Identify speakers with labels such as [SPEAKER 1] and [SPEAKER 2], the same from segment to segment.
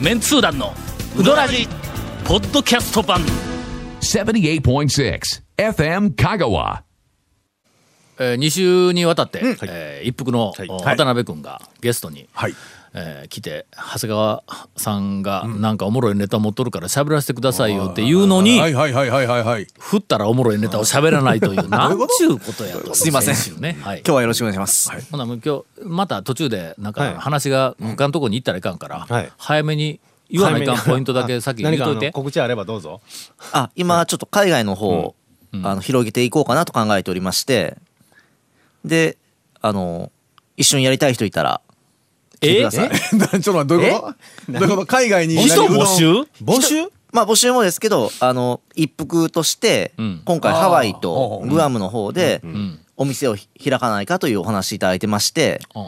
[SPEAKER 1] メンツー団のウドラジポッドキャスト版
[SPEAKER 2] 78.6 FM Kagawa.
[SPEAKER 3] えー、2週にわたって、
[SPEAKER 4] はい
[SPEAKER 3] えー一服の、
[SPEAKER 4] はい
[SPEAKER 3] お
[SPEAKER 4] はい
[SPEAKER 3] 渡辺君がゲストに、
[SPEAKER 4] はい
[SPEAKER 3] えー来て長谷川さんがなんかおもろいネタ持っとるから喋らせてくださいよっていうのに、
[SPEAKER 4] はいはいはいはいはいはい。
[SPEAKER 3] 振ったらおもろいネタを喋らないというなんちゅうことやと
[SPEAKER 5] すいません
[SPEAKER 3] 先週ね、はい
[SPEAKER 5] 今、日はよろしくお願いします。
[SPEAKER 3] ほなもう今日また途中でなん
[SPEAKER 6] はい
[SPEAKER 3] か話が他のとこに行ったらいかんから、
[SPEAKER 6] はい
[SPEAKER 3] 早めに言わないかん
[SPEAKER 6] 早めに
[SPEAKER 3] ポイントだけ先言っ
[SPEAKER 6] 何か
[SPEAKER 3] と
[SPEAKER 6] あ
[SPEAKER 3] いて
[SPEAKER 6] の。告知あればどうぞ。
[SPEAKER 5] あ、今ちょっと海外の方を、あの広げていこうかなと考えておりまして、で、あの一緒にやりたい人いたら来てください。
[SPEAKER 4] なちょっと待ってどういうこと？どういうこと？海外に
[SPEAKER 1] 人募
[SPEAKER 4] う
[SPEAKER 1] 集
[SPEAKER 6] 募集
[SPEAKER 5] まあ募集もですけど、あの一服として、
[SPEAKER 3] ん
[SPEAKER 5] 今回ハワイと
[SPEAKER 4] あー
[SPEAKER 5] グアムの方でお店をひ開かないかというお話いただいてまして、
[SPEAKER 3] うん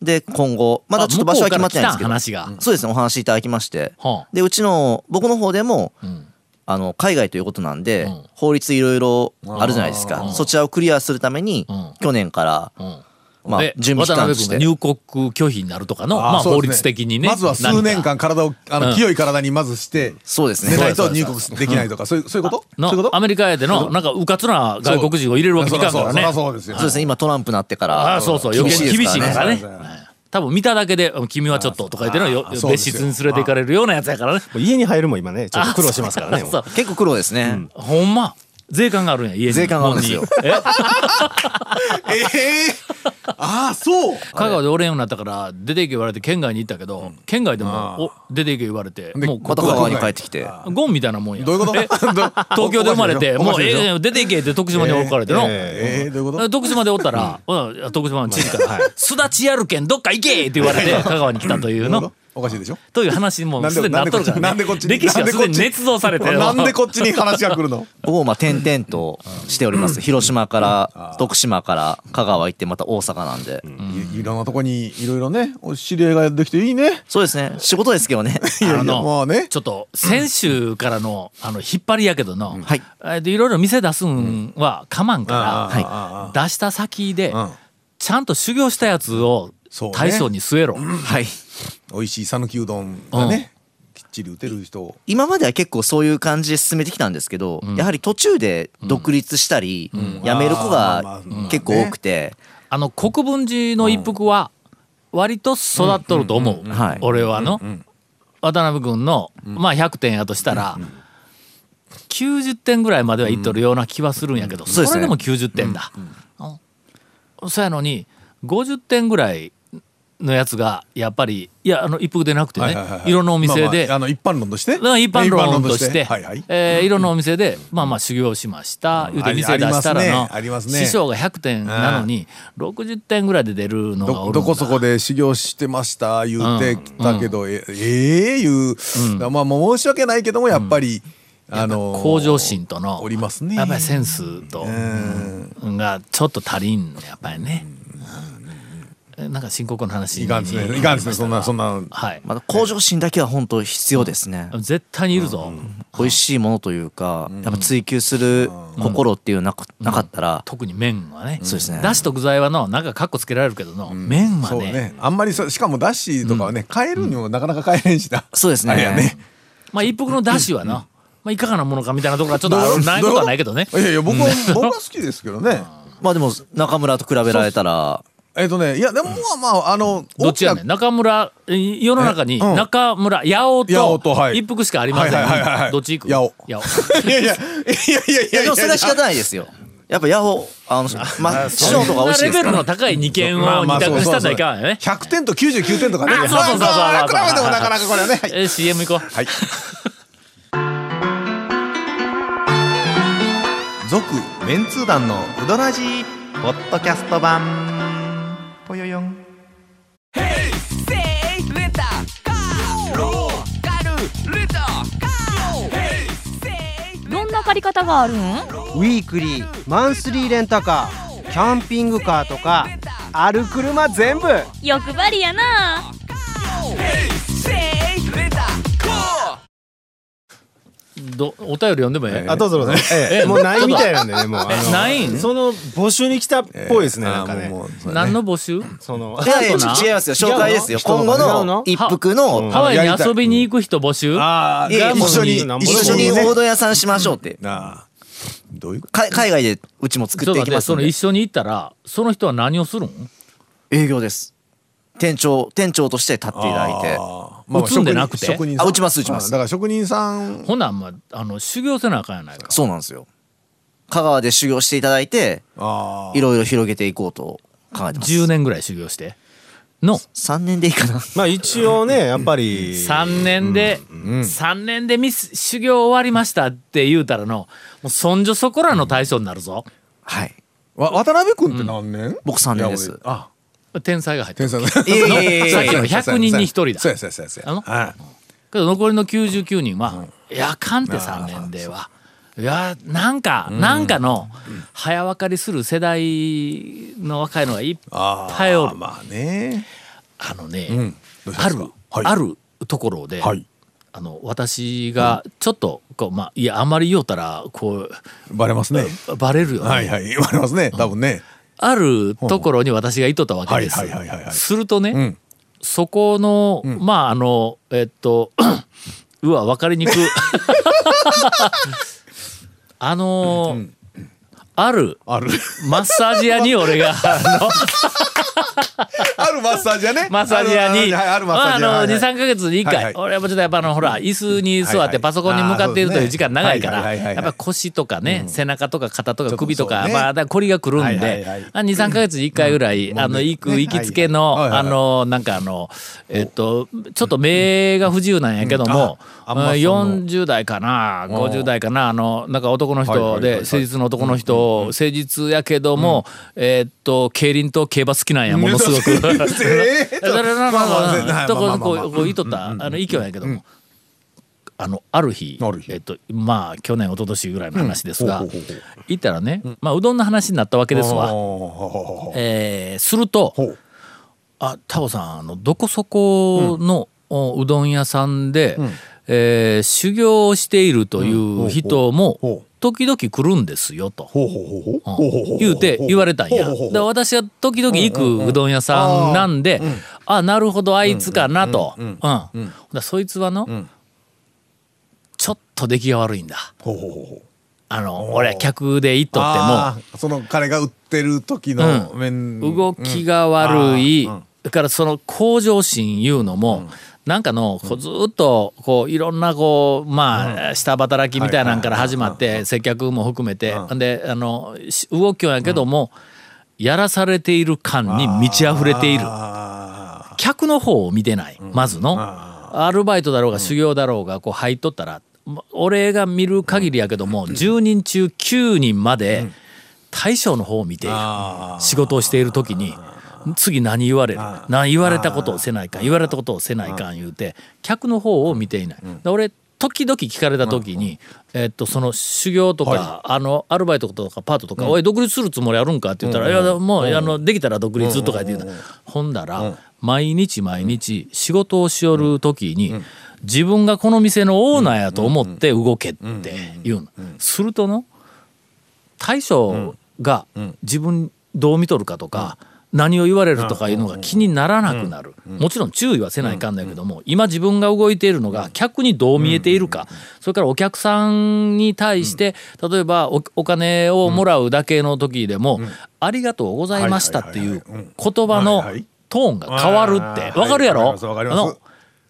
[SPEAKER 5] で今後まだちょっと場所は決まってないんですけ
[SPEAKER 3] あ向こ
[SPEAKER 5] ど、
[SPEAKER 3] うから来た話が
[SPEAKER 5] そうですねお話いただきまして、
[SPEAKER 3] はあ
[SPEAKER 5] でうちの僕の方でも、
[SPEAKER 3] ん
[SPEAKER 5] あの海外ということなんで、
[SPEAKER 3] うん
[SPEAKER 5] 法律いろいろあるじゃないですか、そちらをクリアするために、
[SPEAKER 3] ん
[SPEAKER 5] 去年から、
[SPEAKER 3] うん
[SPEAKER 5] まあ
[SPEAKER 3] で
[SPEAKER 5] 準備期
[SPEAKER 3] 渡
[SPEAKER 5] 間と
[SPEAKER 3] 辺
[SPEAKER 5] し
[SPEAKER 3] 君が
[SPEAKER 5] て
[SPEAKER 3] 入国拒否になるとかの
[SPEAKER 4] ー
[SPEAKER 3] まあ、
[SPEAKER 4] そう
[SPEAKER 3] 法
[SPEAKER 4] ですね
[SPEAKER 3] 律的にね
[SPEAKER 4] まずは数年
[SPEAKER 3] 何
[SPEAKER 4] 間
[SPEAKER 3] か
[SPEAKER 4] 体をあ
[SPEAKER 3] う
[SPEAKER 4] の
[SPEAKER 3] ん
[SPEAKER 4] 清い体にまずして
[SPEAKER 5] そうです
[SPEAKER 4] 寝
[SPEAKER 5] ね
[SPEAKER 4] ないと入国できないとかそういうそういうこと？そういう
[SPEAKER 3] の
[SPEAKER 4] こと？
[SPEAKER 3] アメリカやでのなんかうかつな外国人を入れるわけにいかんからね
[SPEAKER 4] そうそうですよ
[SPEAKER 5] そう。ですね今トランプなってから
[SPEAKER 3] ああそうそう余計に厳しい
[SPEAKER 5] です
[SPEAKER 3] から
[SPEAKER 5] ね
[SPEAKER 3] ね
[SPEAKER 4] そうそう
[SPEAKER 3] はい多分見ただけで「君はちょっと」とか言ってのよ
[SPEAKER 4] あそうで
[SPEAKER 3] 別
[SPEAKER 4] すよ
[SPEAKER 3] 室に連れて行かれるようなやつやからね
[SPEAKER 6] もう家に入るも今ね、ちょっと苦労しますからね。
[SPEAKER 3] そう
[SPEAKER 5] 結構苦労ですね、
[SPEAKER 3] ほんま税関があるんや家に
[SPEAKER 5] 税関があるんですよ
[SPEAKER 3] 日本にえ
[SPEAKER 4] ええ。ああそう。
[SPEAKER 3] 香川でおれんようになったから出て行け言われて県外に行ったけど県外でもお出て行け言われて
[SPEAKER 4] で
[SPEAKER 3] もうこ
[SPEAKER 5] また
[SPEAKER 3] こ
[SPEAKER 5] 香
[SPEAKER 3] は
[SPEAKER 5] 川に帰ってきて
[SPEAKER 3] ゴンみたいなもんや
[SPEAKER 4] どういうこと？
[SPEAKER 3] え東京で生まれてもうええ出て行けって徳島に置かれての
[SPEAKER 4] ええどういうこと？
[SPEAKER 3] 徳島でおったら、ほな徳島の知事から、すだちやるけん、どっか行けって言われて、香川に来たというの。
[SPEAKER 4] おかしいでしょ？
[SPEAKER 3] という話も
[SPEAKER 4] なん
[SPEAKER 3] すで
[SPEAKER 4] で
[SPEAKER 3] にな
[SPEAKER 4] な
[SPEAKER 3] っ
[SPEAKER 4] んで
[SPEAKER 3] と
[SPEAKER 4] こっ
[SPEAKER 3] る
[SPEAKER 4] ち
[SPEAKER 3] から、ね。
[SPEAKER 4] なんでこっち
[SPEAKER 3] 歴史
[SPEAKER 4] な
[SPEAKER 3] が
[SPEAKER 4] んですこ
[SPEAKER 3] で
[SPEAKER 4] っ
[SPEAKER 3] に
[SPEAKER 4] ち
[SPEAKER 3] 捏造されて。
[SPEAKER 4] なんでこっちに話が来るの？
[SPEAKER 5] 午後まあ転々としております広島から徳島から香川行ってまた大阪なんで、
[SPEAKER 4] いいろんなとこにいろいろねお知り合いができていいね。
[SPEAKER 5] そうですね仕事ですけ どね
[SPEAKER 3] あの、
[SPEAKER 4] まあね
[SPEAKER 3] ちょっと先週からのあの引っ張りやけどの、
[SPEAKER 5] はい
[SPEAKER 3] えでいろいろ店出すんはかまんから、
[SPEAKER 4] は
[SPEAKER 3] 出した先で、
[SPEAKER 4] ん
[SPEAKER 3] ちゃんと修行したやつを
[SPEAKER 4] そうね
[SPEAKER 3] 大将に据えろ、
[SPEAKER 5] はい
[SPEAKER 4] い。美味しい讃岐うどんがね、きっちり打てる人。
[SPEAKER 5] 今までは結構そういう感じで進めてきたんですけど、やはり途中で独立したり、辞める子が結構多くて、
[SPEAKER 3] あの国分寺の一服は割と育っとると思う、
[SPEAKER 5] はい
[SPEAKER 3] 俺はの、渡辺君の、まあ100点やとしたら、90点ぐらいまではいっとるような気はするんやけど、
[SPEAKER 5] そうですね
[SPEAKER 3] それでも90点だ、うんそやのに50点ぐらいのやつがやっぱりいやあの一服でなくてね、
[SPEAKER 4] はいいはいはいはい
[SPEAKER 3] ろんなお店で、
[SPEAKER 4] まあまああの一般論として
[SPEAKER 3] だから一般論として、
[SPEAKER 4] はいはい
[SPEAKER 3] えーいろんなお店で、まあまあ修行しました、言うて店出したらの、
[SPEAKER 4] ありますねありますね
[SPEAKER 3] 師匠が100点なのに、60点ぐらいで出るのがおるんだ
[SPEAKER 4] どどこそこで修行してました言うてきたけど、えええいう、まあもう申し訳ないけどもやっぱり、あのー
[SPEAKER 3] 向上心との、
[SPEAKER 4] おりますね
[SPEAKER 3] やっぱりセンスと、うんがちょっと足りんのやっぱりね。うんなんか深刻な話に
[SPEAKER 4] いかんですねいかんですねそんなそんな
[SPEAKER 3] はい。
[SPEAKER 5] また向上心だけは本当必要ですね、
[SPEAKER 3] 絶対にいるぞ。
[SPEAKER 5] 美味しいものというか、やっぱ追求する心っていうなく、なかったら、
[SPEAKER 3] 特に麺はね。
[SPEAKER 5] そうですね
[SPEAKER 3] 出汁と具材はの、なんかカッコつけられるけどの、麺は
[SPEAKER 4] そうねあんまりそしかもだしとかはね、買えるにもなかなか買えへんしな、
[SPEAKER 5] そうですね
[SPEAKER 4] あれやね
[SPEAKER 3] まあ一服の出汁はな、まあいかがなものかみたいなところはちょっとあるないことはないけどね。
[SPEAKER 4] いやいや僕は僕は好きですけど ね
[SPEAKER 5] まあでも中村と比べられたら
[SPEAKER 4] えっとねいやでもまあまああの
[SPEAKER 3] どっちやねん中村、い世の中に
[SPEAKER 4] うん
[SPEAKER 3] 中村、八尾
[SPEAKER 4] 八
[SPEAKER 3] と
[SPEAKER 4] 尾とはい
[SPEAKER 3] 一服しかありません
[SPEAKER 4] はいはいはいは
[SPEAKER 3] ね。
[SPEAKER 4] い
[SPEAKER 3] どっち行く
[SPEAKER 4] 八尾
[SPEAKER 3] 八尾。
[SPEAKER 4] 大き ないやいやいやいやい
[SPEAKER 5] いや
[SPEAKER 4] やい
[SPEAKER 5] で
[SPEAKER 4] や
[SPEAKER 5] もそれは仕方ないですよやっぱヤホあの、まあ、師匠とか美味しい
[SPEAKER 3] レベ
[SPEAKER 5] ですか
[SPEAKER 3] ルの
[SPEAKER 5] ら
[SPEAKER 3] 高い二軒
[SPEAKER 4] ま
[SPEAKER 3] を
[SPEAKER 4] あ
[SPEAKER 3] 二
[SPEAKER 4] まあ
[SPEAKER 3] 択
[SPEAKER 4] そう
[SPEAKER 3] にし
[SPEAKER 4] そ
[SPEAKER 3] たら
[SPEAKER 4] うそう
[SPEAKER 3] いかんよね。
[SPEAKER 4] 100点と99点とかね
[SPEAKER 3] あそうそうそうそう
[SPEAKER 4] ま
[SPEAKER 3] そうそう
[SPEAKER 4] あ
[SPEAKER 3] そう
[SPEAKER 4] 比べてもなかなかこれはねはい
[SPEAKER 3] えー CM 行こう。
[SPEAKER 4] はい。続メンツー団のうどらじ
[SPEAKER 5] ポッドキャスト版ぽよよん
[SPEAKER 7] どんな借り方があるん
[SPEAKER 8] ウィークリーマンスリーレンタカーキャンピングカーとかある車全部
[SPEAKER 7] 欲張りやな
[SPEAKER 3] どお便り読んでもええ
[SPEAKER 6] あどうぞどうぞ。え
[SPEAKER 3] え
[SPEAKER 6] えもうないみたいなんでねもうあの
[SPEAKER 3] ないん
[SPEAKER 6] その募集に来たっぽいですねなんかね。
[SPEAKER 4] う
[SPEAKER 3] 何の募集
[SPEAKER 6] その
[SPEAKER 5] いやいや
[SPEAKER 3] ハートな
[SPEAKER 5] 違いますよ紹介ですよ
[SPEAKER 6] 違うの
[SPEAKER 5] 今後
[SPEAKER 6] 違う
[SPEAKER 5] の
[SPEAKER 6] の
[SPEAKER 5] 一服の
[SPEAKER 3] ハワイ
[SPEAKER 4] や
[SPEAKER 3] に
[SPEAKER 4] りたい
[SPEAKER 3] 遊びに行く人募集
[SPEAKER 4] ああ
[SPEAKER 5] いやいや
[SPEAKER 4] 一緒に
[SPEAKER 6] 一緒に
[SPEAKER 5] 一緒に大戸屋さんしましょうって
[SPEAKER 4] なあどういうこ
[SPEAKER 5] か海外でうちも作
[SPEAKER 3] ちょ
[SPEAKER 5] っ
[SPEAKER 3] ってと待
[SPEAKER 5] いき
[SPEAKER 3] っ
[SPEAKER 5] ま
[SPEAKER 3] て
[SPEAKER 5] す
[SPEAKER 3] そ
[SPEAKER 5] の
[SPEAKER 3] の
[SPEAKER 5] で
[SPEAKER 3] 一緒に行ったらその人は何をするん
[SPEAKER 5] 営業です店長店長として立っていただい
[SPEAKER 4] あ
[SPEAKER 5] て
[SPEAKER 4] ーまあ
[SPEAKER 3] 打つんでなくて
[SPEAKER 4] 職人さん
[SPEAKER 5] あ打ちます打ちます
[SPEAKER 4] あだから職人さん
[SPEAKER 3] ほなあんまあの修行せなあかんやないか
[SPEAKER 5] そうなんですよ香川で修行していただいて
[SPEAKER 4] あ
[SPEAKER 5] いろいろ広げていこうと考えてます
[SPEAKER 3] 10年ぐらい修行しての
[SPEAKER 5] 3年でいいかな
[SPEAKER 6] まあ一応ねやっぱり
[SPEAKER 3] 3年で、3年でミス修行終わりましたって言うたらのもうそんじょそこらの対象になるぞ、
[SPEAKER 5] はい
[SPEAKER 4] あわ渡辺君って何年
[SPEAKER 5] 僕三年で
[SPEAKER 4] い
[SPEAKER 5] す
[SPEAKER 4] や俺あ
[SPEAKER 3] 天才が入って
[SPEAKER 4] 天
[SPEAKER 3] る
[SPEAKER 4] 才だ
[SPEAKER 5] いやいやいやい
[SPEAKER 3] さっ
[SPEAKER 5] や
[SPEAKER 3] きの100人に1人だ
[SPEAKER 4] そうやそうやそうやそう
[SPEAKER 3] あの
[SPEAKER 4] やはい
[SPEAKER 3] けど残りの99人は、いやあかんって3年では。いやなんか、なんかの早分かりする世代の若いのがいっ
[SPEAKER 4] あー
[SPEAKER 3] ぱいおるあ,、
[SPEAKER 4] まあね
[SPEAKER 3] のね、
[SPEAKER 4] うんどうし
[SPEAKER 3] あ
[SPEAKER 4] ます
[SPEAKER 3] る、
[SPEAKER 4] かはい
[SPEAKER 3] あるところで、
[SPEAKER 4] はい
[SPEAKER 3] あの私がちょっとこうまあいやあんまり言おうたらこ
[SPEAKER 4] バレますね
[SPEAKER 3] うバレるよね、
[SPEAKER 4] はいはいバレますね多分ね
[SPEAKER 3] あるところに私がいとったわけです
[SPEAKER 4] はいはいはいはいはい
[SPEAKER 3] するとね、
[SPEAKER 4] うん
[SPEAKER 3] そこの、まああのえっと うわ分かり にくいあのーある
[SPEAKER 4] ある
[SPEAKER 3] マッサージ屋に俺があの
[SPEAKER 4] あるマッサージ屋ね
[SPEAKER 3] マッサージ屋に
[SPEAKER 4] あるはいあるマッサ
[SPEAKER 3] まあ
[SPEAKER 4] ージ屋
[SPEAKER 3] あの
[SPEAKER 4] はいはい
[SPEAKER 3] 23か月に1回、
[SPEAKER 4] はいはい
[SPEAKER 3] 俺はちょっとやっぱあのほら椅子に座
[SPEAKER 4] はい
[SPEAKER 3] っ
[SPEAKER 4] は
[SPEAKER 3] て
[SPEAKER 4] い
[SPEAKER 3] パソコンに向かっているという時間長いか
[SPEAKER 4] あーそう
[SPEAKER 3] ら
[SPEAKER 4] ですねはいはいはい
[SPEAKER 3] やっぱ腰とかね、背中とか肩とか首と
[SPEAKER 4] ちょっ
[SPEAKER 3] か
[SPEAKER 4] とそうね
[SPEAKER 3] まあだから凝りがくるんで、
[SPEAKER 6] はいはいはい
[SPEAKER 3] あ23か月に1回ぐらい、あの行く行きつけの、
[SPEAKER 4] はいはいはい
[SPEAKER 3] あのなんかあのえっとちょっと目が不自由なんやけども、
[SPEAKER 4] ああんまその
[SPEAKER 3] 40代かな50代かなあのなんか男の
[SPEAKER 4] はいはい
[SPEAKER 3] 人
[SPEAKER 4] はいはい
[SPEAKER 3] で誠実の男の人誠実やけども、えっと競輪と競馬好きなんやものすごく。
[SPEAKER 4] ええ
[SPEAKER 3] だからなん
[SPEAKER 4] まあまあ
[SPEAKER 3] か
[SPEAKER 4] ま
[SPEAKER 3] な
[SPEAKER 4] あ
[SPEAKER 3] んかこ
[SPEAKER 4] まあ
[SPEAKER 3] う
[SPEAKER 4] まあまあ
[SPEAKER 3] こうこういとったあの意見やけどもあのある日
[SPEAKER 4] ある日
[SPEAKER 3] えっとまあ去年一昨年ぐらいの話ですが
[SPEAKER 4] うんほうほうほう
[SPEAKER 3] 行ったらねまあうどんの話になったわけです
[SPEAKER 4] あー
[SPEAKER 3] わ。
[SPEAKER 4] ほうほうほうほう
[SPEAKER 3] えーすると
[SPEAKER 4] ほう
[SPEAKER 3] あタオさんあのどこそこのおうどん屋さんでえー修行をしているという人も
[SPEAKER 4] ほう
[SPEAKER 3] 時々来るんですよと。
[SPEAKER 4] ほうほうほうほうほうほう
[SPEAKER 3] 言うて言われたんや。
[SPEAKER 4] ほうほうほう
[SPEAKER 3] で私は時々行くうどん屋さんなんで、あなるほどあいつかなと。うん。だからそいつはの、ちょっと出来が悪いんだ。
[SPEAKER 4] ほうほうほうほう
[SPEAKER 3] あの俺は客で行っとっても。
[SPEAKER 4] あーその彼が売ってる時の面、
[SPEAKER 3] 動きが悪い、だからその向上心いうのも、なんかのこうずっとこういろんなこうまあ下働きみたいなんから始まって接客も含めてであのし動きょんやけどもやらされている感に満ち溢れている
[SPEAKER 4] あ
[SPEAKER 3] 客の方を見てないまずのアルバイトだろうが修行だろうがこう入っとったらま俺が見る限りやけども10人中9人まで大将の方を見ている。
[SPEAKER 4] あ
[SPEAKER 3] 仕事をしている時に次何言われる何言われたことをせないかん言われたことをせないかん言うて客の方を見ていない。で俺時々聞かれた時に、えっとその修行とか、あのアルバイトとかパートとか「おい独立するつもりあるんか?」って言ったら「いやもう、あのできたら独立」とか言って言うたほんだら、毎日毎日仕事をしよる時に、自分がこの店のオーナーやと思って動けって言うの。するとの大将が自分どう見とるかとか、何を言われるとかいうのが気にならなくなる、もちろん注意はせないかんだけども、今自分が動いているのが客にどう見えているか、それからお客さんに対して、例えばおお金をもらうだけの時でも、ありがとうございましたっていう言葉の
[SPEAKER 4] はいはい
[SPEAKER 3] トーンが変わるってわかるやろ、
[SPEAKER 4] わかりますわかり
[SPEAKER 3] あ
[SPEAKER 4] ます
[SPEAKER 3] の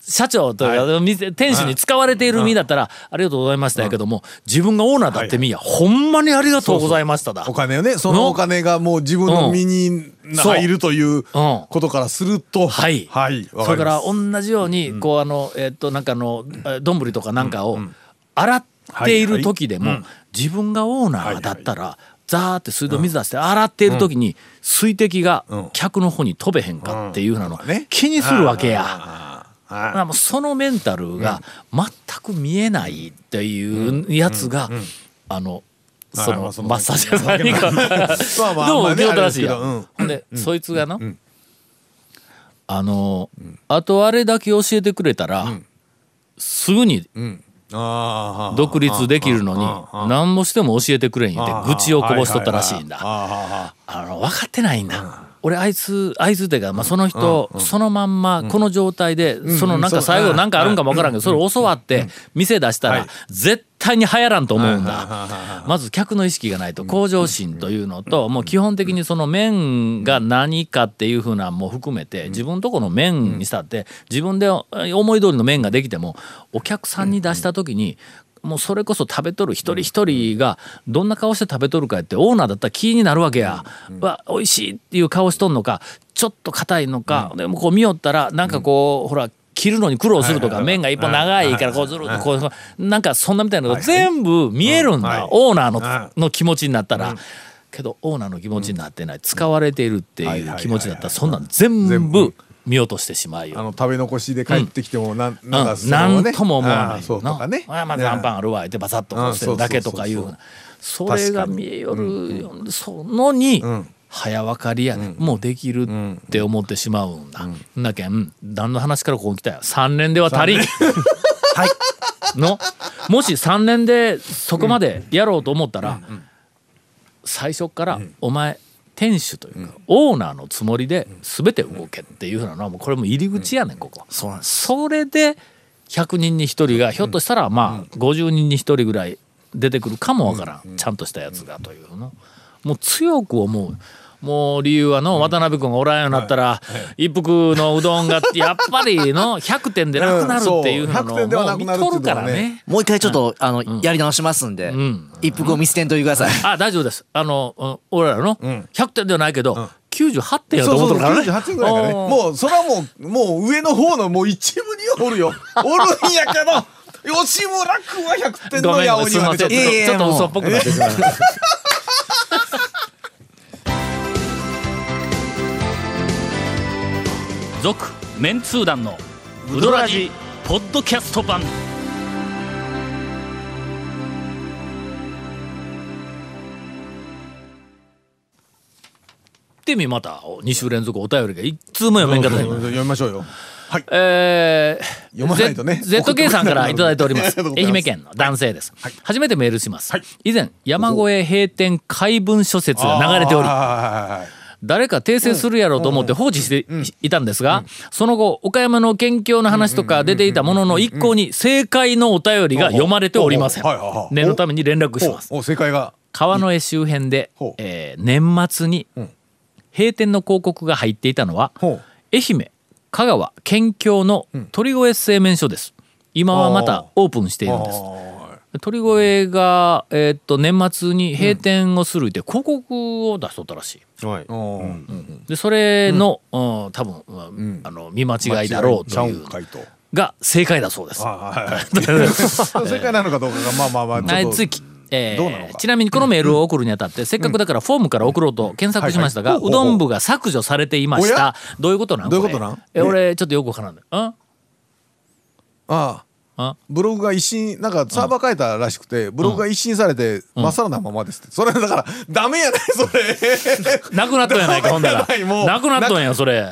[SPEAKER 3] 社長とか、店店主に使われている身だったら、ありがとうございましたやけども、自分がオーナーだってみや、ほんまにありがとうございましただ。
[SPEAKER 4] ーお金をねそのお金がもう自分の身に入るということからすると、
[SPEAKER 3] はい、
[SPEAKER 4] はいわ
[SPEAKER 3] それか
[SPEAKER 4] りま
[SPEAKER 3] ら
[SPEAKER 4] す
[SPEAKER 3] 同じように、こうあのえっとなんかあのえ丼とかなんかを洗っている時でも、自分がオーナーだったら、ザーって水道水出して洗っている時に、水滴が客の方に飛べへんかっていうふうなの、
[SPEAKER 4] ね
[SPEAKER 3] 気にするわけや。だからもうそのメンタルが全く見えないっていうやつが、あのそ
[SPEAKER 4] ま
[SPEAKER 3] の
[SPEAKER 4] あその
[SPEAKER 3] マッサージ屋さんにか
[SPEAKER 4] まあまあ
[SPEAKER 3] どうも
[SPEAKER 4] まあ
[SPEAKER 3] 受け
[SPEAKER 4] ね
[SPEAKER 3] 取ったらしいや
[SPEAKER 4] あれです
[SPEAKER 3] ん。ほんで、そいつがの、あの、あとあれだけ教えてくれたら、すぐに
[SPEAKER 4] んあー
[SPEAKER 3] 独立できるのに何もしても教えてくれん言って愚痴をこぼしとったらしいんだ
[SPEAKER 4] あ
[SPEAKER 3] あの分かってないんだ俺あいつあいつっていうか、まあ、その人そのまんまこの状態でそのなんか最後なんかあるんかも分からんけどそれ教わって店出したら絶対に流行らんと思うんだまず客の意識がないと向上心というのともう基本的にその面が何かっていうふうなんも含めて自分とこの面にしたって自分で思い通りの面ができてもお客さんに出した時にもうそれこそ食べとる一人一人がどんな顔して食べとるかやってオーナーだったら気になるわけや、わ美味しいっていう顔しとんのかちょっと硬いのか、でもこう見よったらなんかこう、ほら切るのに苦労するとか、麺が一本長いからこうずるっとこうなんかそんなみたいなのが全部見えるんだ、オーナーの,、の気持ちになったら。けどオーナーの気持ちになってない、使われているっていう気持ちだったらそんなん全部見落としてしまうよ
[SPEAKER 4] あ。の食べ残しで帰ってきてもなんなんか
[SPEAKER 3] うん、なんとも思わない
[SPEAKER 4] あーそうとかね
[SPEAKER 3] あまずアンパンあるわ言ってバサッとこうしてるだけとかいう
[SPEAKER 4] うん
[SPEAKER 3] それが見えよるよそのに、早分かりやね、もうできるって思ってしまうんだ、ん、だけん何の話からここに来たよ3年では足りん はいのもし3年でそこまでやろうと思ったら、最初からお前店主というか、オーナーのつもりで全て動けっていうふうなのはもうこれも入り口やねんここ、
[SPEAKER 5] そうなんです
[SPEAKER 3] それで100人に1人がひょっとしたらまあ50人に1人ぐらい出てくるかもわからんちゃんとしたやつがというのもう強く思う。もう理由はの渡辺君がおらんようになったら一服のうどんがやっぱりの100点でなくなるっていうの
[SPEAKER 4] うんそう100点では
[SPEAKER 3] も
[SPEAKER 4] な
[SPEAKER 3] う
[SPEAKER 4] く
[SPEAKER 3] 見
[SPEAKER 4] なるって
[SPEAKER 3] と
[SPEAKER 4] い
[SPEAKER 3] る
[SPEAKER 4] うの
[SPEAKER 3] から
[SPEAKER 4] はね
[SPEAKER 3] ね。
[SPEAKER 5] もう一回ちょっと、あの、やり直しますんで、一服を見捨てんといてください。
[SPEAKER 3] あ大丈夫です。あのうん俺らの100点ではないけど98点やと
[SPEAKER 4] そう
[SPEAKER 3] 思っ
[SPEAKER 4] そ
[SPEAKER 3] と
[SPEAKER 4] う
[SPEAKER 3] るからね。
[SPEAKER 4] 98点ぐらいからね
[SPEAKER 3] うん
[SPEAKER 4] もうそれはもうもう上の方のもう一部にはおるよおるんやけど吉村君は100点
[SPEAKER 3] ご
[SPEAKER 4] の
[SPEAKER 3] めん
[SPEAKER 4] 八尾に
[SPEAKER 3] すい
[SPEAKER 4] は
[SPEAKER 3] ません。
[SPEAKER 4] ねちょっと
[SPEAKER 5] いやいや
[SPEAKER 3] ちょっと嘘っぽくなってしまいました。
[SPEAKER 1] 続メンツー団のウドラジポッドキャスト版
[SPEAKER 3] ってみまた2週連続お便りが一通も読めんかった今
[SPEAKER 4] 読みましょうよはい
[SPEAKER 3] えー、
[SPEAKER 4] 読まないとね
[SPEAKER 3] ZK さんからいただいております
[SPEAKER 4] ありがとうござい
[SPEAKER 3] 愛
[SPEAKER 4] ます
[SPEAKER 3] 媛県の男性です、初めてメールします、以前山越え閉店怪文書説が流れており
[SPEAKER 4] あ
[SPEAKER 3] 誰か訂正するやろうと思って放置していたんですが、その後岡山の県境の話とか出ていたものの一向に正解のお便りが読まれておりません
[SPEAKER 4] はいはいはい
[SPEAKER 3] 念のために連絡
[SPEAKER 4] ー
[SPEAKER 3] し
[SPEAKER 4] はい
[SPEAKER 3] ます
[SPEAKER 4] おお正解が
[SPEAKER 3] 川の絵周辺で
[SPEAKER 4] ほう、
[SPEAKER 3] えー年末に閉店の広告が入っていたのは
[SPEAKER 4] ほ
[SPEAKER 3] 愛媛香川県境の鳥越製麺所です今はまたオープンしているんです鳥越が、えーっと年末に閉店をするって広告を出しとったらしい
[SPEAKER 6] はい。
[SPEAKER 4] おー
[SPEAKER 3] でそれの、うん多分、まああの見間違いだろう
[SPEAKER 4] ちゃ
[SPEAKER 3] と
[SPEAKER 4] う
[SPEAKER 3] い
[SPEAKER 4] ん
[SPEAKER 3] う
[SPEAKER 4] かいと
[SPEAKER 3] が正解だそうです
[SPEAKER 4] あはいはい 正解なのかどうかがまあまあまあちょっ
[SPEAKER 3] はい
[SPEAKER 4] と
[SPEAKER 3] 次えー
[SPEAKER 4] どうなのか
[SPEAKER 3] ちなみにこのメールを送るにあたって、せっかくだからフォームから送ろうと検索しましたが、
[SPEAKER 4] はいはいう
[SPEAKER 3] どん部が削除されていまし
[SPEAKER 4] おや
[SPEAKER 3] たどういうことなん
[SPEAKER 4] どういう
[SPEAKER 3] れ
[SPEAKER 4] ことなん
[SPEAKER 3] え俺ちょっとよくわからないうん
[SPEAKER 4] あ
[SPEAKER 3] あ
[SPEAKER 4] あブログが一新なんかサーバー変えたらしくてブログが一新されてまっさらなままですってそれだからダメやねそれ
[SPEAKER 3] なくなったんやない かほんなら
[SPEAKER 4] ないもう
[SPEAKER 3] なくなったんやそれ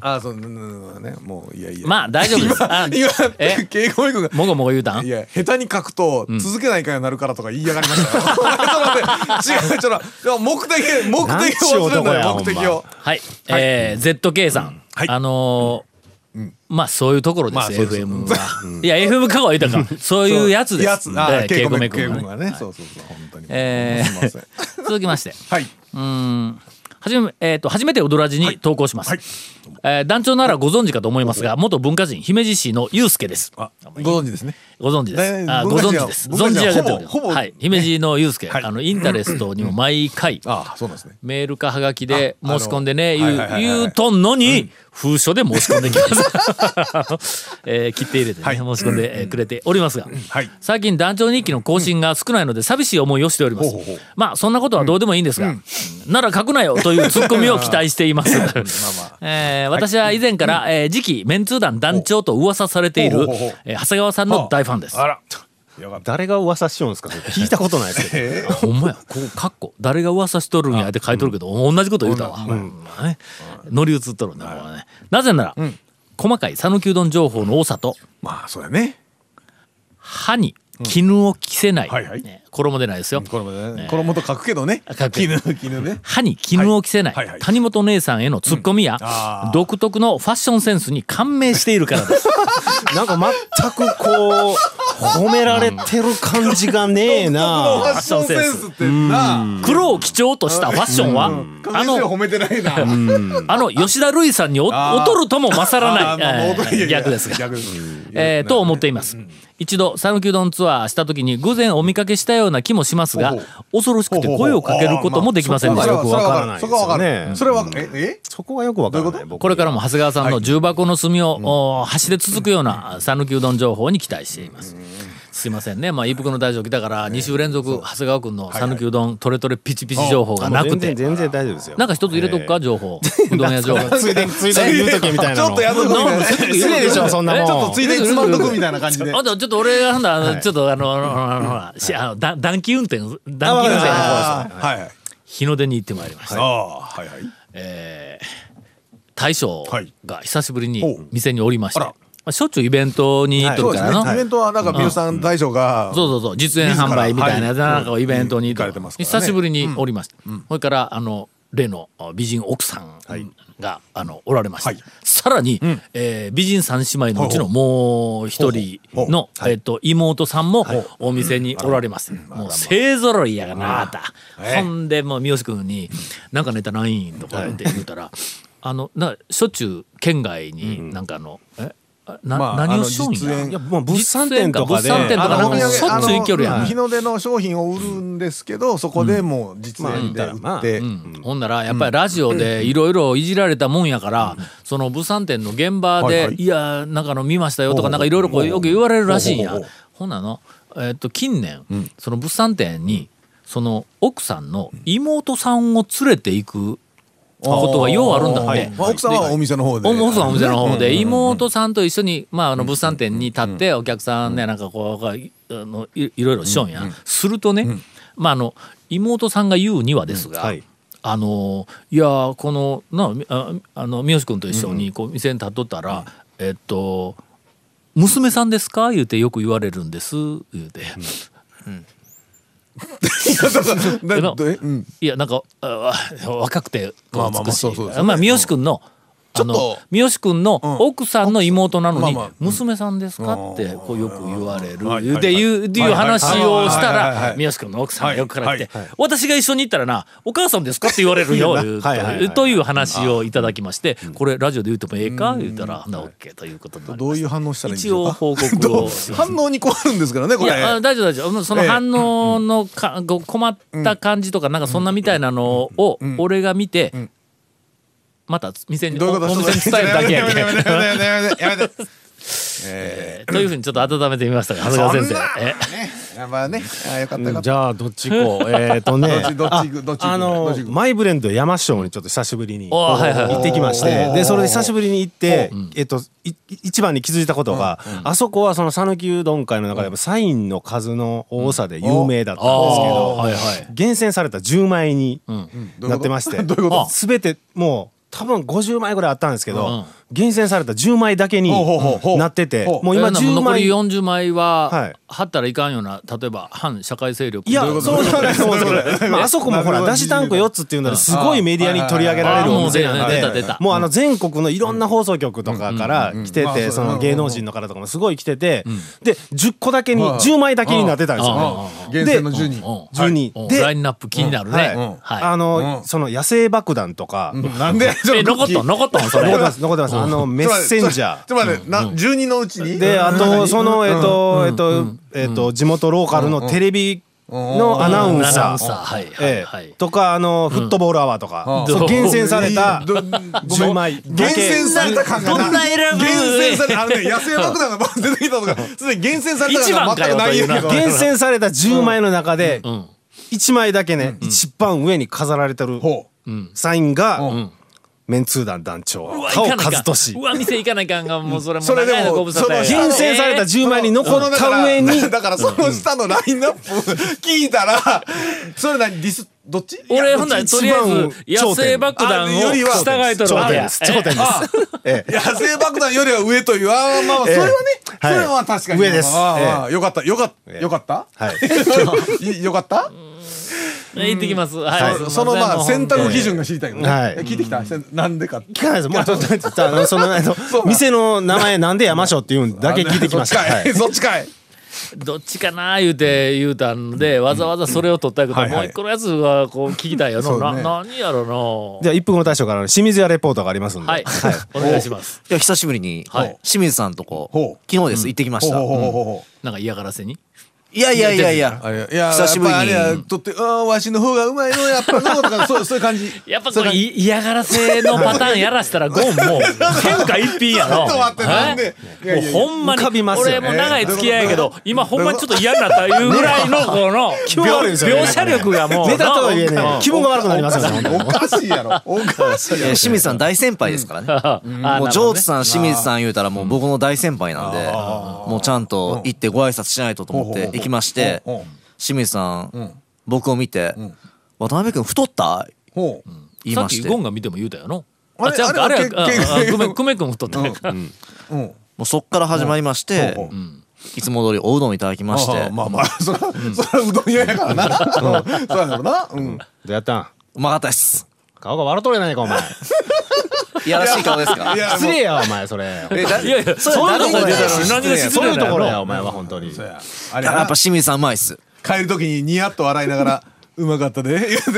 [SPEAKER 4] あそううんうんうんねもういやいや
[SPEAKER 3] まあ大丈夫ですあ
[SPEAKER 4] 今
[SPEAKER 3] え
[SPEAKER 4] 敬語君が
[SPEAKER 3] もごもご言うた
[SPEAKER 4] い
[SPEAKER 3] ん
[SPEAKER 4] や下手に書くと続けないからなるからとか言いやがりましたよ ちょっと待って違うちょっといや目 的目的を忘れんなよ
[SPEAKER 6] な
[SPEAKER 4] 目
[SPEAKER 6] んちゅう男や
[SPEAKER 4] 的を
[SPEAKER 3] はい、えー ZK さん、
[SPEAKER 4] はい
[SPEAKER 3] あのーまあそういうところです、
[SPEAKER 4] まあそうです
[SPEAKER 3] FM は。 いや FM かは言うたかそういうやつです。
[SPEAKER 4] やつあ
[SPEAKER 3] で
[SPEAKER 4] 稽古目
[SPEAKER 3] 稽
[SPEAKER 4] 稽
[SPEAKER 3] 古
[SPEAKER 4] 古
[SPEAKER 3] 目
[SPEAKER 4] 目
[SPEAKER 3] 君
[SPEAKER 4] が
[SPEAKER 3] は
[SPEAKER 4] ね
[SPEAKER 3] ね。
[SPEAKER 4] そうそうそう本当に
[SPEAKER 3] えー
[SPEAKER 4] すいません
[SPEAKER 3] 続きまして。
[SPEAKER 4] はい
[SPEAKER 3] はじめ、えっ、と、初めて踊らじに投稿します。えー団長ならご存知かと思いますが、元文化人、姫路市のゆうすけです。
[SPEAKER 4] ご存知ですね
[SPEAKER 3] ご存知です。
[SPEAKER 4] ね
[SPEAKER 3] あご
[SPEAKER 4] 文化
[SPEAKER 3] 存
[SPEAKER 4] 人
[SPEAKER 3] 知
[SPEAKER 4] は
[SPEAKER 3] です。
[SPEAKER 4] 文化
[SPEAKER 3] 存
[SPEAKER 4] 人
[SPEAKER 3] じ
[SPEAKER 4] は
[SPEAKER 3] 上げておりま
[SPEAKER 4] ほぼほ
[SPEAKER 3] す。
[SPEAKER 4] ぼ
[SPEAKER 3] はい。姫路のゆうすけ、
[SPEAKER 4] はい
[SPEAKER 3] あの、インタレストにも毎回、
[SPEAKER 4] ああそうなんですね
[SPEAKER 3] メールかはがきで申し込んでね、
[SPEAKER 4] あの
[SPEAKER 3] 言
[SPEAKER 4] は
[SPEAKER 3] う
[SPEAKER 4] いはいはいはい
[SPEAKER 3] 言うとんのに、封書で申し込んでき ます。えー切って入れてね、
[SPEAKER 4] はい
[SPEAKER 3] 申し込んでえーくれておりますが、
[SPEAKER 4] はい
[SPEAKER 3] 最近団長日記の更新が少ないので寂しい思いをしております。
[SPEAKER 4] ほうほうほう
[SPEAKER 3] まあ、そんなことはどうでもいいんですが、なら書くなよというツッコミを期待しています。 えー私は以前から、えー次期メンツー団団長と噂されている
[SPEAKER 4] ほうほうほう
[SPEAKER 3] えー長谷川さんの大ファンです。
[SPEAKER 4] ら
[SPEAKER 6] 誰が噂しようんですかそれ聞いたことないですけど。
[SPEAKER 3] ほんまや、ここ、かっこ、誰が噂しとるんやって書いとるけど、同じこと言うたわ。まあね乗り移っとるんだ、これはね。なぜなら、細かい讃岐うどん情報の多さと、
[SPEAKER 4] まあそうやね
[SPEAKER 3] 歯に絹を着せない、
[SPEAKER 4] はいはい
[SPEAKER 3] ね衣でないですよ、
[SPEAKER 4] 衣でね衣と書くけどね
[SPEAKER 3] 書くけど
[SPEAKER 4] 絹絹ね
[SPEAKER 3] 歯に絹を着せない、
[SPEAKER 4] はいはいはい
[SPEAKER 3] 谷本姉さんへのツッコミや、
[SPEAKER 4] あー
[SPEAKER 3] 独特のファッションセンスに感銘しているから です。
[SPEAKER 6] なんか全くこう、褒められてる感じがねえ
[SPEAKER 4] ファ
[SPEAKER 6] な。
[SPEAKER 4] ッションセンスってな
[SPEAKER 3] 黒を基調としたファッションは、あ
[SPEAKER 4] 亀井先生
[SPEAKER 3] の、
[SPEAKER 4] 褒めてないな
[SPEAKER 3] あの吉田類さんにお
[SPEAKER 4] あー
[SPEAKER 3] 劣るとも勝ら
[SPEAKER 4] あーまあまあ
[SPEAKER 3] ないえ
[SPEAKER 4] いやいや
[SPEAKER 3] ー
[SPEAKER 4] いや
[SPEAKER 3] 逆ですが
[SPEAKER 4] 逆。です
[SPEAKER 3] えーと思っています。一度讃岐うどんツアーした時に偶然お見かけしたような気もしますが
[SPEAKER 4] ほうほ
[SPEAKER 3] 恐ろしくて声をかけることもできませんでし
[SPEAKER 4] それ
[SPEAKER 3] た
[SPEAKER 4] は
[SPEAKER 6] よくわからないで
[SPEAKER 4] そ
[SPEAKER 6] すよ
[SPEAKER 4] こ
[SPEAKER 6] ね
[SPEAKER 4] はわからないそれはええ
[SPEAKER 6] そこがよくわからない。僕
[SPEAKER 3] これからも長谷川さんの重箱の隅を、お端で続くような讃岐うどん情報に期待しています。すいませんね、まあ、一服の大将来たから2週連続長谷川君の讃岐うどんトレトレピチピチ情報がなく
[SPEAKER 6] 全
[SPEAKER 3] て
[SPEAKER 6] 然全然大丈夫ですよ。
[SPEAKER 3] なんか一つ入れとくか情 報うどん屋情報
[SPEAKER 6] つ いでに、ついでに言うとけみたいな
[SPEAKER 4] ち
[SPEAKER 6] の。
[SPEAKER 4] ょっとやっとくみたいな
[SPEAKER 6] 失礼でしょ、そんなもん。
[SPEAKER 4] ちょっとついでにつまんどくみたいな感じで
[SPEAKER 3] あとちょっと俺がなんだあのちょっとあのあのあのあのしあのだ暖気運転暖気運転の方です
[SPEAKER 4] あーはいはい
[SPEAKER 3] 日の出に行ってまいりました
[SPEAKER 4] ああはいはい
[SPEAKER 3] 大将
[SPEAKER 4] はい
[SPEAKER 3] が久しぶり
[SPEAKER 4] ほ
[SPEAKER 3] に
[SPEAKER 4] う
[SPEAKER 3] 店におりまして、
[SPEAKER 4] あら
[SPEAKER 3] まあ、しょっちゅうイベントに行っと
[SPEAKER 4] そう
[SPEAKER 3] る
[SPEAKER 4] で
[SPEAKER 3] か
[SPEAKER 4] す
[SPEAKER 3] ら
[SPEAKER 4] ね
[SPEAKER 3] な、
[SPEAKER 4] イベントはなんか美容さん大将が
[SPEAKER 3] そうそうそう実演販売みたいなやつ
[SPEAKER 4] 自ら
[SPEAKER 3] なんかをイベントに行
[SPEAKER 4] はいうん行かれてますからね
[SPEAKER 3] 久しぶりにおりました、それからあの例のあ美人奥さんが、あのおられました、
[SPEAKER 4] はい
[SPEAKER 3] さらに、えー美人三姉妹のうちの
[SPEAKER 4] ほ
[SPEAKER 3] もう一人
[SPEAKER 4] ほうほう
[SPEAKER 3] の、えっと妹さんもお店におられます、もう勢ぞろいやがなあた、
[SPEAKER 4] ええ
[SPEAKER 3] ほんでもう三好君に「なんかネタないん?」とかって言うたら、あのなしょっちゅう県外になんかあの、えあな
[SPEAKER 4] まあ
[SPEAKER 3] 何をしようん
[SPEAKER 4] あの実演
[SPEAKER 3] や
[SPEAKER 4] いや
[SPEAKER 6] もう物産展とかで
[SPEAKER 3] 物産展とかなんか
[SPEAKER 4] お土産
[SPEAKER 3] しょっちゅう行きよるや
[SPEAKER 4] あ
[SPEAKER 3] ん
[SPEAKER 4] の日の出の商品を売るんですけどそこでもう実演で売って
[SPEAKER 3] うんほんならやっぱりラジオでいろいろいじられたもんやから、その物産展の現場で「
[SPEAKER 4] はいいはい
[SPEAKER 3] やなんかあの見ましたよ」と
[SPEAKER 4] ほ
[SPEAKER 3] か
[SPEAKER 4] う
[SPEAKER 3] なんかいろいろこうよく言われるらしいんや
[SPEAKER 4] ほうほうほう
[SPEAKER 3] ほんなの、えっと近年、その物産展にその奥さんの妹さんを連れて行くことがようあるんだって、
[SPEAKER 4] はいまあ奥さんはお店の方で
[SPEAKER 3] お奥さんお店の方で妹さんと一緒に、まあ、あの物産展に立ってお客さんねなんかこういあのいいろいろしよんや、するとね、まあ、あの妹さんが言うにはですが、
[SPEAKER 6] うんはい
[SPEAKER 3] あのいやーこのなみああの三好君と一緒にこう店に立っとったら、えっと「娘さんですか?」言うてよく言われるんです言うて。
[SPEAKER 4] だ
[SPEAKER 3] の
[SPEAKER 4] えうん
[SPEAKER 3] いやなんかああ若くて
[SPEAKER 4] ま
[SPEAKER 3] こ
[SPEAKER 4] あま
[SPEAKER 3] う
[SPEAKER 4] あまあ
[SPEAKER 3] 美しい
[SPEAKER 4] そうそうですね
[SPEAKER 3] まあ三好君の
[SPEAKER 4] ち
[SPEAKER 3] あ
[SPEAKER 4] ょっと
[SPEAKER 3] の三好君の奥さんの妹なのに
[SPEAKER 4] まあまあ
[SPEAKER 3] 「娘さんですか?」ってこうよく言われ
[SPEAKER 4] はいはい
[SPEAKER 3] る
[SPEAKER 4] はい
[SPEAKER 3] でいうっていう話をした
[SPEAKER 4] はいはいはい
[SPEAKER 3] ら
[SPEAKER 4] はい
[SPEAKER 3] 三好君の奥さんがよくから来て
[SPEAKER 4] は
[SPEAKER 3] 「私が一緒に行ったらなお母さんですか?」って言われ るよ言う
[SPEAKER 6] はいはいは
[SPEAKER 3] と
[SPEAKER 6] い
[SPEAKER 3] という話をいただきまして「これラジオで言ってもええか?」言ったら「ほなオッケーということになり
[SPEAKER 4] ど
[SPEAKER 3] ま
[SPEAKER 4] う
[SPEAKER 3] し
[SPEAKER 4] いう反応したらいいんで
[SPEAKER 3] 一
[SPEAKER 4] しょう
[SPEAKER 3] 応
[SPEAKER 4] か
[SPEAKER 3] 報告をします
[SPEAKER 4] 反応に困るんですからね
[SPEAKER 3] い
[SPEAKER 4] これ
[SPEAKER 3] やあ大丈夫大丈夫もうその
[SPEAKER 4] ええ
[SPEAKER 3] 反応のか、こう困った感じとかなんかそんなみたいなのを俺が見て、また店に
[SPEAKER 4] どういうこと
[SPEAKER 3] おお店に伝えるだけやけ
[SPEAKER 4] やめてやめてやめてやめてやめて
[SPEAKER 3] えーというふうにちょっと温めてみましたが長谷川先生え
[SPEAKER 4] やばいねあよかったよかった
[SPEAKER 6] じゃあ、どっち 行こう。えっとね。
[SPEAKER 4] どっちどっち行くどっち行く
[SPEAKER 6] あ
[SPEAKER 4] ど
[SPEAKER 6] の
[SPEAKER 4] っち行く
[SPEAKER 6] マイブレンド山椒にちょっと久しぶりに
[SPEAKER 3] おーはいはい
[SPEAKER 6] 行ってきまし
[SPEAKER 4] おー
[SPEAKER 6] てでそれで久しぶりに行ってえっといい一番に気づいたことがあそこはその讃岐うどん会の中でもサインの数の多さで有名だったんですけど
[SPEAKER 3] はいはい
[SPEAKER 6] 厳選された10枚に
[SPEAKER 4] どういうこと
[SPEAKER 6] なってまして
[SPEAKER 4] どういうこと
[SPEAKER 6] あ全てもう多分50枚ぐらいあったんですけど、
[SPEAKER 3] うん
[SPEAKER 6] 厳選された10枚だけに
[SPEAKER 4] ほうほうほうほう
[SPEAKER 6] なってて
[SPEAKER 4] ほう
[SPEAKER 6] もう今
[SPEAKER 3] えーなも
[SPEAKER 6] 10
[SPEAKER 3] 残
[SPEAKER 6] 枚
[SPEAKER 3] り40枚
[SPEAKER 6] は
[SPEAKER 3] はい貼ったらいかんような例えば反社会勢力
[SPEAKER 6] いや、
[SPEAKER 3] どういうこと
[SPEAKER 6] そうなんですよ。 そうまあ、あそこもほら、だしタンク4つっていうのは、すごいメディアに取り上げられる
[SPEAKER 3] あー
[SPEAKER 6] お店なん
[SPEAKER 3] もう出た出
[SPEAKER 6] で
[SPEAKER 3] た出た、
[SPEAKER 6] もうあの、全国のいろんな放送局とかから来て
[SPEAKER 4] うんうんうんうんまあ
[SPEAKER 6] て、
[SPEAKER 4] そ
[SPEAKER 6] そう
[SPEAKER 4] だ
[SPEAKER 6] の芸能人の方とかもすごい来てて、で、10個だけに、10枚だけになってたんですよね。
[SPEAKER 4] 厳選の10人
[SPEAKER 3] うんうん
[SPEAKER 6] 12。
[SPEAKER 3] ライ
[SPEAKER 6] で、
[SPEAKER 3] ンナップ気になるね、
[SPEAKER 6] はい
[SPEAKER 4] うん
[SPEAKER 3] はい
[SPEAKER 6] あ
[SPEAKER 4] う
[SPEAKER 6] の、
[SPEAKER 4] ん
[SPEAKER 6] その野生爆弾とか、
[SPEAKER 4] なんで
[SPEAKER 3] え残ったん残ったんそれ
[SPEAKER 6] 残ってます、残ってます。あの、メッセンジャー。
[SPEAKER 4] ちょっと待ってな10人のうちに
[SPEAKER 6] であとそのえっとえっとえっと地元ローカルのテレビのアナウン
[SPEAKER 3] アナウ
[SPEAKER 6] サ
[SPEAKER 3] ンサー
[SPEAKER 6] ー
[SPEAKER 3] はいはい
[SPEAKER 6] え
[SPEAKER 3] は
[SPEAKER 6] え
[SPEAKER 3] い
[SPEAKER 6] とかあのフットボールアワーとか
[SPEAKER 3] うん
[SPEAKER 6] そう厳選された
[SPEAKER 4] ど
[SPEAKER 6] 10枚
[SPEAKER 4] 厳選さ れた感が
[SPEAKER 3] どんな選ぶ
[SPEAKER 4] 厳選されたあのね野生爆弾がバン出てきたとかすでに厳選された感が全くないんやけど
[SPEAKER 3] 一番かよというな
[SPEAKER 6] 厳選された10枚の中で1枚だけね一番上に飾られてる
[SPEAKER 4] ほう
[SPEAKER 6] サインがメンツー団団長
[SPEAKER 3] うわ
[SPEAKER 6] 田尾
[SPEAKER 3] 行かない
[SPEAKER 6] 和
[SPEAKER 3] かん
[SPEAKER 6] 俊
[SPEAKER 3] うわ店行かないかんがもうそれも
[SPEAKER 4] それでも
[SPEAKER 3] 長いのご無沙汰や
[SPEAKER 4] その
[SPEAKER 6] 厳選された10枚に残
[SPEAKER 4] この
[SPEAKER 6] っ
[SPEAKER 4] だか
[SPEAKER 6] た上に
[SPEAKER 4] ら だからその下のラインナップ聞いたらそれ何ディスどっちい
[SPEAKER 3] 俺
[SPEAKER 4] や
[SPEAKER 3] ほんならとりあ
[SPEAKER 6] 一番
[SPEAKER 3] えず野生爆弾
[SPEAKER 4] あよ
[SPEAKER 3] を
[SPEAKER 4] りは
[SPEAKER 3] 従えとるわけや
[SPEAKER 6] 頂点です
[SPEAKER 3] あ
[SPEAKER 6] ええ
[SPEAKER 4] 野生爆弾よりは上というあーまあまあそ
[SPEAKER 6] ええ
[SPEAKER 4] れはねそ
[SPEAKER 6] はい
[SPEAKER 4] れは確かに
[SPEAKER 6] 上です
[SPEAKER 4] あーまあよかったよかった
[SPEAKER 6] ええ
[SPEAKER 4] よかった
[SPEAKER 6] はい
[SPEAKER 4] い よかった
[SPEAKER 3] え 行ってきますはい
[SPEAKER 4] そのまあ選択基準
[SPEAKER 3] が
[SPEAKER 4] が知りたいけど
[SPEAKER 6] はい
[SPEAKER 4] ねえ聞いてきたせんなんでかって
[SPEAKER 6] 聞かないですもうちょっとちょっとあのそのあの
[SPEAKER 4] そうか
[SPEAKER 6] 店の名前なんで山椒っていうんだけ聞いてきました
[SPEAKER 4] そっちか
[SPEAKER 6] はい
[SPEAKER 4] いそっちかい
[SPEAKER 3] どっちかな言うて言うたんでわざわざそれを取ったけど
[SPEAKER 6] はいはい
[SPEAKER 3] もう一個のやつはこう聞きたいやろ
[SPEAKER 4] そう
[SPEAKER 3] な
[SPEAKER 4] ね
[SPEAKER 3] 何やろ
[SPEAKER 6] じゃあ一服の大将からの清水屋レポートがありますんで
[SPEAKER 3] なはいお願いします
[SPEAKER 5] いや久しぶりに
[SPEAKER 3] はい
[SPEAKER 5] 清水さんとこ
[SPEAKER 4] ほう
[SPEAKER 5] 昨日です行ってきま
[SPEAKER 4] ほう
[SPEAKER 5] した
[SPEAKER 4] ほうほう
[SPEAKER 5] い
[SPEAKER 4] ほうほう
[SPEAKER 3] なんか嫌がらせに
[SPEAKER 5] やいやいやい
[SPEAKER 4] あれ
[SPEAKER 5] や
[SPEAKER 4] いや
[SPEAKER 5] 久しぶりに
[SPEAKER 4] やっぱあれやとってあーわしの方がうまいのやっぱのとかそうそういう感じ
[SPEAKER 3] やっぱこれい嫌がらせのパターンやらしたらゴンもう天下一品やろ。
[SPEAKER 4] ちょっと待ってなんでいや
[SPEAKER 3] はい
[SPEAKER 4] いやいや
[SPEAKER 3] もうほんまに
[SPEAKER 6] 浮かびますよね
[SPEAKER 3] 俺も長い付き合いやけど今ほんまにちょっと嫌になったいうぐらいのこの
[SPEAKER 6] 気分悪いですよね
[SPEAKER 3] 描写力がもう
[SPEAKER 6] ネタとはいえね
[SPEAKER 3] うん
[SPEAKER 6] 気分が悪くなりますよね
[SPEAKER 4] おかしいやろおかしいや
[SPEAKER 5] え
[SPEAKER 4] ろ
[SPEAKER 5] ー清水さん大先輩ですからね
[SPEAKER 3] あ
[SPEAKER 5] も
[SPEAKER 3] な
[SPEAKER 5] う
[SPEAKER 3] る
[SPEAKER 5] ジ
[SPEAKER 3] ほど
[SPEAKER 5] ョー
[SPEAKER 3] ね
[SPEAKER 5] ズさん清水さん言うたらもう僕の大先輩なんでもうちゃんと行ってご挨拶しないとと思って行きまして
[SPEAKER 4] ほうほうほう
[SPEAKER 5] 清水さん
[SPEAKER 4] ん
[SPEAKER 5] 僕を見て「渡辺君太った?」
[SPEAKER 4] ほう
[SPEAKER 5] 言い
[SPEAKER 3] さっ
[SPEAKER 5] ま
[SPEAKER 3] き
[SPEAKER 5] して
[SPEAKER 3] ゴン
[SPEAKER 5] も
[SPEAKER 3] が見ても言うたよの。
[SPEAKER 4] あれ
[SPEAKER 3] 違うかあ
[SPEAKER 4] あれ
[SPEAKER 3] れ
[SPEAKER 4] は
[SPEAKER 3] はあああ
[SPEAKER 4] けけ
[SPEAKER 3] 久米久米君太ってないから
[SPEAKER 4] うん
[SPEAKER 5] うそっから始まりまして
[SPEAKER 4] ほうほう
[SPEAKER 5] いつも通りおうどんいただきまし
[SPEAKER 4] あ
[SPEAKER 5] て
[SPEAKER 4] あまあまあそらそらうどん屋やからなうんそうやろなうん
[SPEAKER 6] どうやったん
[SPEAKER 5] うまかったです
[SPEAKER 6] 顔が笑うとるやないかお前
[SPEAKER 5] いやらしい顔ですか
[SPEAKER 4] いや
[SPEAKER 6] 失礼やお前それ
[SPEAKER 5] えだ
[SPEAKER 3] いやいやそういうところ出たのに何が失
[SPEAKER 6] そう
[SPEAKER 3] 礼
[SPEAKER 6] いう
[SPEAKER 3] な
[SPEAKER 6] ところ
[SPEAKER 3] の
[SPEAKER 6] やお前は本当に
[SPEAKER 4] そうやあれ
[SPEAKER 5] や
[SPEAKER 4] や
[SPEAKER 5] っぱ清水さんうまいっす
[SPEAKER 4] 帰る時にニヤッと笑いながらうまかったで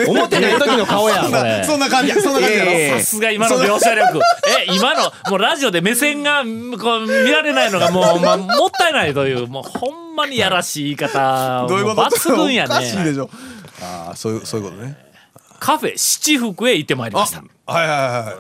[SPEAKER 6] 思ってない時の顔 や
[SPEAKER 4] そん
[SPEAKER 6] これ
[SPEAKER 4] なそんな感じそんな感じやろ
[SPEAKER 5] いやいやいや
[SPEAKER 3] さすが今の描写 力。え、今の、もうラジオで目線が、こう、見られないのが もう、まあ、もったいないという、もう、ほんまにやらしい言い方。
[SPEAKER 4] どういうこと
[SPEAKER 3] もう抜群や
[SPEAKER 4] おかしいで
[SPEAKER 3] ね。
[SPEAKER 4] しょああそういうそういうことね
[SPEAKER 3] カフェ七福へ行ってまいりました。
[SPEAKER 4] あはいはいはいはい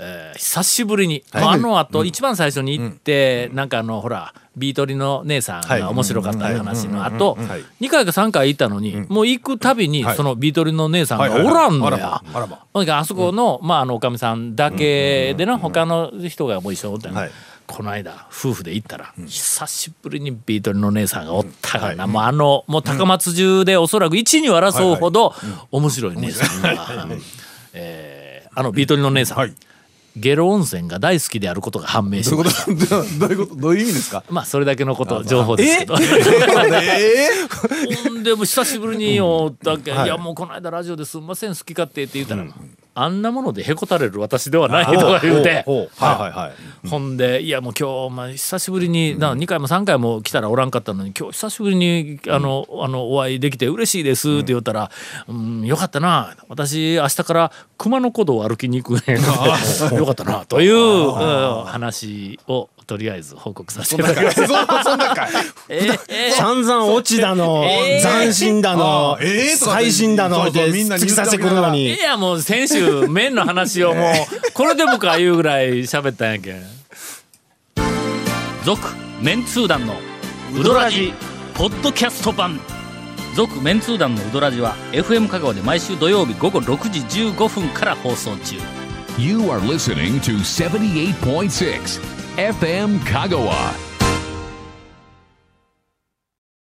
[SPEAKER 3] えー久しぶりに、まあ、あの後、一番最初に行って、なんかあのほらビートリの姉さん
[SPEAKER 6] はい
[SPEAKER 3] が面白かった話のあと
[SPEAKER 6] はい
[SPEAKER 3] 2回か3回行ったのに、もう行くたびに、そのビートリの姉さんがおらんの
[SPEAKER 4] あ
[SPEAKER 3] や。
[SPEAKER 4] らまあらま
[SPEAKER 3] ほんであそこの、まあ、あのおかみさんだけでな、他の人がもう一緒におったんや
[SPEAKER 6] はい
[SPEAKER 3] この間夫婦で行ったら、久しぶりにビートルの姉さんがおったからな、もうあのもう高松中でおそらく一に争うほど面白い姉さんが、えーあのビートルの姉さん、ゲロ温泉が大好きであることが判明し
[SPEAKER 4] どうい
[SPEAKER 3] ま
[SPEAKER 4] うこ
[SPEAKER 3] し
[SPEAKER 4] とどういうことどういう意味ですか
[SPEAKER 3] たまあそれだけのこと情報ですけど。
[SPEAKER 4] ええ
[SPEAKER 3] ほんでもう久しぶりにおったけん、い、やもうこの間ラジオですんません好き勝手って言ったら、あんなものでへこたれる私ではないとか言うて
[SPEAKER 6] ほうほうはいはいはい
[SPEAKER 3] ほんでいやもう今日お前久しぶりに、な2回も3回も来たらおらんかったのに今日久しぶりにあの、あのお会いできて嬉しいですって言ったら「うん、よかったな私明日から熊野古道を歩きに行くねん」 よかったな」といううん話をとりあえず報告させていただきました。
[SPEAKER 4] そそんなかい
[SPEAKER 3] えー えー
[SPEAKER 6] 散々落ちだの、
[SPEAKER 3] えー
[SPEAKER 6] 斬新だの、
[SPEAKER 4] えーえーとかって
[SPEAKER 6] 最新だの
[SPEAKER 4] そうそう
[SPEAKER 6] で
[SPEAKER 4] みんな
[SPEAKER 6] 突き刺してくるのに
[SPEAKER 3] いやもう先週麺の話をもうこれでもかいうぐらい喋ったんやけん
[SPEAKER 1] 続メンツー団のウドラジポッドキャスト版続メンツー団のウドラジは FM 香川で毎週土曜日午後6時15分から放送中
[SPEAKER 2] You are listening to 78.6 FM Kagawa.